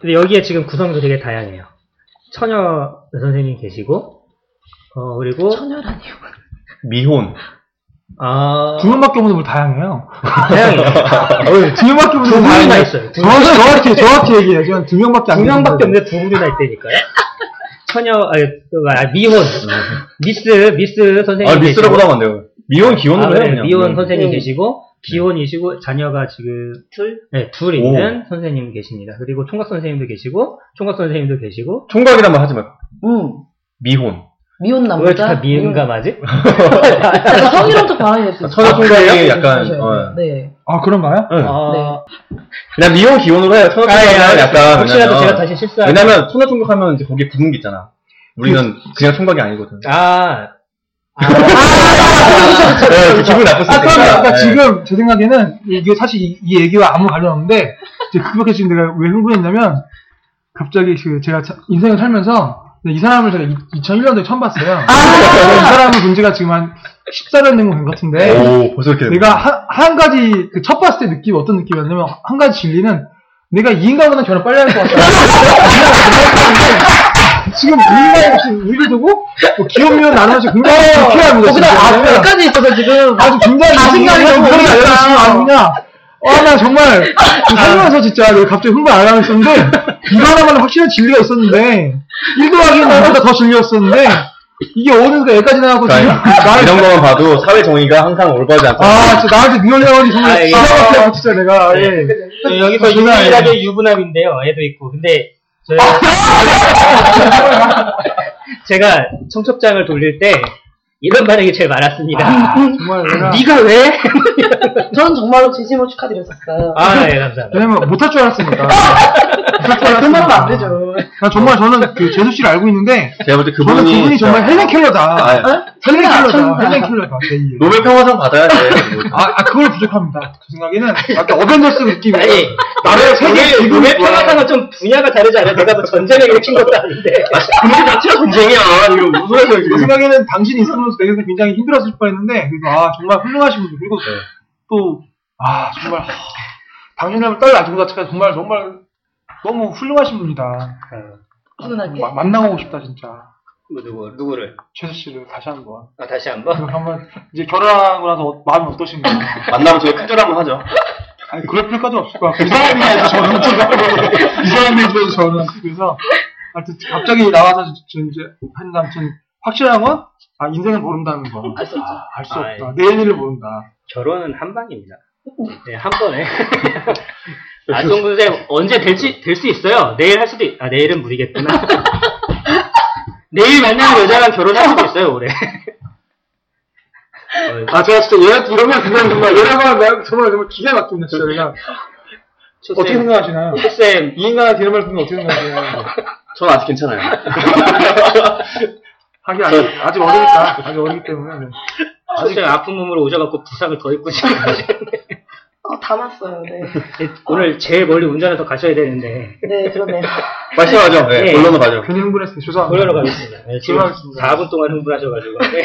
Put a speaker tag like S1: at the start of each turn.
S1: 근데 여기에 지금 구성도 되게 다양해요. 처녀 선생님 계시고, 어, 그리고,
S2: 천혈 아니요.
S3: 미혼.
S1: 아,
S4: 두명밖에 없는 분 다양해요.
S3: 아,
S1: 다양해요.
S4: 두 명밖에
S1: 두
S4: 없는 분
S1: 분이나
S4: 다양해요.
S1: 있어요. 두,
S4: 정확히, 정확히, 정확히 얘기해요. 지금 두 명밖에 안
S1: 두 명밖에
S4: 계신데.
S1: 없는데 두 분이나 있다니까요. 처녀, 아니, 그거 아니야, 미혼. 미스, 미스 선생님.
S3: 아, 미스라고
S1: 계시고,
S3: 하면 안 돼요. 미혼 기혼으로
S1: 아,
S3: 해요.
S1: 네,
S3: 그냥.
S1: 미혼 선생님
S2: 네.
S1: 계시고, 비혼이시고, 자녀가 지금
S2: 둘.
S1: 네, 둘
S3: 오.
S1: 있는 선생님 계십니다. 그리고 총각 선생님도 계시고, 총각 선생님도 계시고,
S3: 총각이란 말 하지 마.
S2: 음.
S3: 미혼.
S2: 미혼
S1: 왜
S2: 남자. 네.
S1: 다 미음감하지?
S2: 약간 성희롱도 변환이 됐어요.
S3: 아, 천연 총각이
S2: 그래요?
S3: 약간,
S2: 네.
S3: 어.
S2: 네.
S4: 아, 그런가요?
S3: 응.
S1: 어,
S3: 그냥 미혼 기혼으로 해요. 천하
S1: 아, 예,
S3: 총각은
S1: 예.
S3: 약간.
S1: 혹시라도
S3: 왜냐면-
S1: 제가 다시 실수하면.
S3: 왜냐면 천하 총각하면 이제 거기에 붙는 게 있잖아. 우리는 그냥 총각이 아니거든.
S1: 아,
S3: 네, 그 기분 나빴을
S4: 아, 그러면
S3: 때가.
S4: 아까
S3: 네.
S4: 지금 제 생각에는 이게 사실 이, 이 얘기와 아무 관련 없는데 이제 그렇게 지금 내가 왜 흥분했냐면 갑자기 그 제가 자- 인생을 살면서 네, 이 사람을 제가 2001년도에 처음 봤어요.
S1: 아.
S4: 이 사람은 문제가 지금 한 14년 된 것 같은데
S3: 네. 오, 벌써 이렇게.
S4: 내가 한, 한 가지 그 첫 봤을 때 느낌이 어떤 느낌이었냐면 한 가지 진리는 내가 이 인간보다 결혼 빨리 할 것 같다. 지금 이 인간이 지금 우리를 두고 뭐 기업이면 나눠서 굉장히 불쾌합니다.
S2: 거기다
S4: 지금.
S2: 아,
S4: 왜냐면
S2: 여기까지 있어서 지금.
S4: 아주 굉장히
S2: 자신감이
S4: 이런
S2: 너무
S4: 거를
S2: 올라가요.
S4: 알려주시면 안 그냥 아나 정말 그 살면서 진짜 왜 갑자기 흥분 안 하고 있었는데 이거 하나만 확실한 진리가 있었는데 1도 하기 나보다 더 진리였었는데 이게 어느가 여기까지 나가고 지금
S3: 그러니까
S4: 나를
S3: 이런 거만 봐도 사회 정의가 항상 올바르지 않다.
S4: 아 진짜 나한테 미연해원이 정말
S1: 아, 예.
S4: 기가 막혀 진짜 내가 예.
S1: 네, 여기서
S4: 장난 아니에요.
S1: 유일하게 유부남인데요. 애도 있고. 근데, 저희 제가 청첩장을 돌릴 때, 이런 반응이 제일
S4: 아,
S1: 많았습니다.
S4: 정말 내가
S1: 네가 왜?
S2: 저는 정말로 진심으로 축하드렸었어요.
S1: 아, 예, 감사합니다.
S4: 왜냐면 못할 줄 알았으니까 못할 줄
S2: 그런 말하면
S4: 알았으니까
S2: 안 되죠.
S4: 나 정말 저는 그 재수 씨를 알고 있는데
S3: 제가 볼 때
S4: 저는
S3: 그분이.
S4: 그분이 정말 헬렌 켈러다
S3: 아,
S4: 헬렌
S2: 천사.
S4: 켈러다 헬렌 켈러다 제2의
S3: 노벨 평화상 받아야 돼.
S4: 아, 아, 그걸 부족합니다. 제 생각에는 약간 어벤져스 느낌이
S1: 아니,
S4: 나를 세계
S1: 우리
S4: 기분
S1: 우리 평화상은 좀 분야가 다르지 않아요? 내가 뭐 전쟁을 일으킨 것도 아닌데.
S3: 그게 자체가 전쟁이야. 이거 무슨 소리야,
S4: 제 생각에는 당신이 있으면서 내가 굉장히 힘들었을 뻔했는데 그래서 아 정말 훌륭하신 분 그리고
S3: 네.
S4: 또 아 정말 하, 당신이라면 딸 낳은 것 자체가 정말 정말 너무 훌륭하신 분이다.
S2: 훈훈하게.
S4: 마- 만나보고 싶다 진짜
S1: 뭐, 누구, 누구를?
S4: 최수 씨를 다시 한번
S1: 아, 다시 한 번?
S4: 그리고 한번 이제 결혼하고 나서 어- 마음이 어떠신가?
S3: 만나면 저희 큰절 한번 하죠.
S4: 아니 그럴 필요까지 없을 것 같고 이 사람에 대해서 저는 이 사람에 대해서 저는 그래서 하여튼 갑자기 나와서 저- 저 이제 한 남친 확실한 건 아, 인생을 모른다는 거.
S2: 알수 없죠.
S4: 아, 알수
S1: 아,
S4: 없다. 내 일을 모른다.
S1: 결혼은 한 방입니다. 네, 한 번에. 아, 안동근 선생 언제 될지 될 수 있어요. 내일 할 수도 있, 아 내일은 무리겠구나. 내일 만나는 여자랑 결혼할 수도 있어요 올해. 어,
S4: 아, 제가 진짜 얘 이러면 그냥 정말 얘랑만 내가 정말 정말 기가 막힙니다. 진짜 내가 어떻게
S1: 초쌤,
S4: 생각하시나요?
S1: 초쌤
S4: 이 인간한테 이런 말 듣는 어떻게 생각하세요?
S3: 저는 아직 괜찮아요.
S4: 하긴 아직 아직 어리니까 아직 어리기 때문에 네.
S1: 초쌤 아픈 몸으로 오셔갖고 부상을 더 입고 지금
S2: 어, 담았어요. 네.
S1: 오늘 제일 멀리 운전해서 가셔야 되는데
S2: 네, 그러네요.
S3: 말씀하죠.
S1: 네.
S3: 네, 본론으로 가죠.
S4: 아, 괜히 흥분했습니다. 죄송합니다.
S1: 돌려러 가겠습니다. 네, 지금
S4: 죄송합니다.
S1: 4분 동안 흥분하셔가지고 네.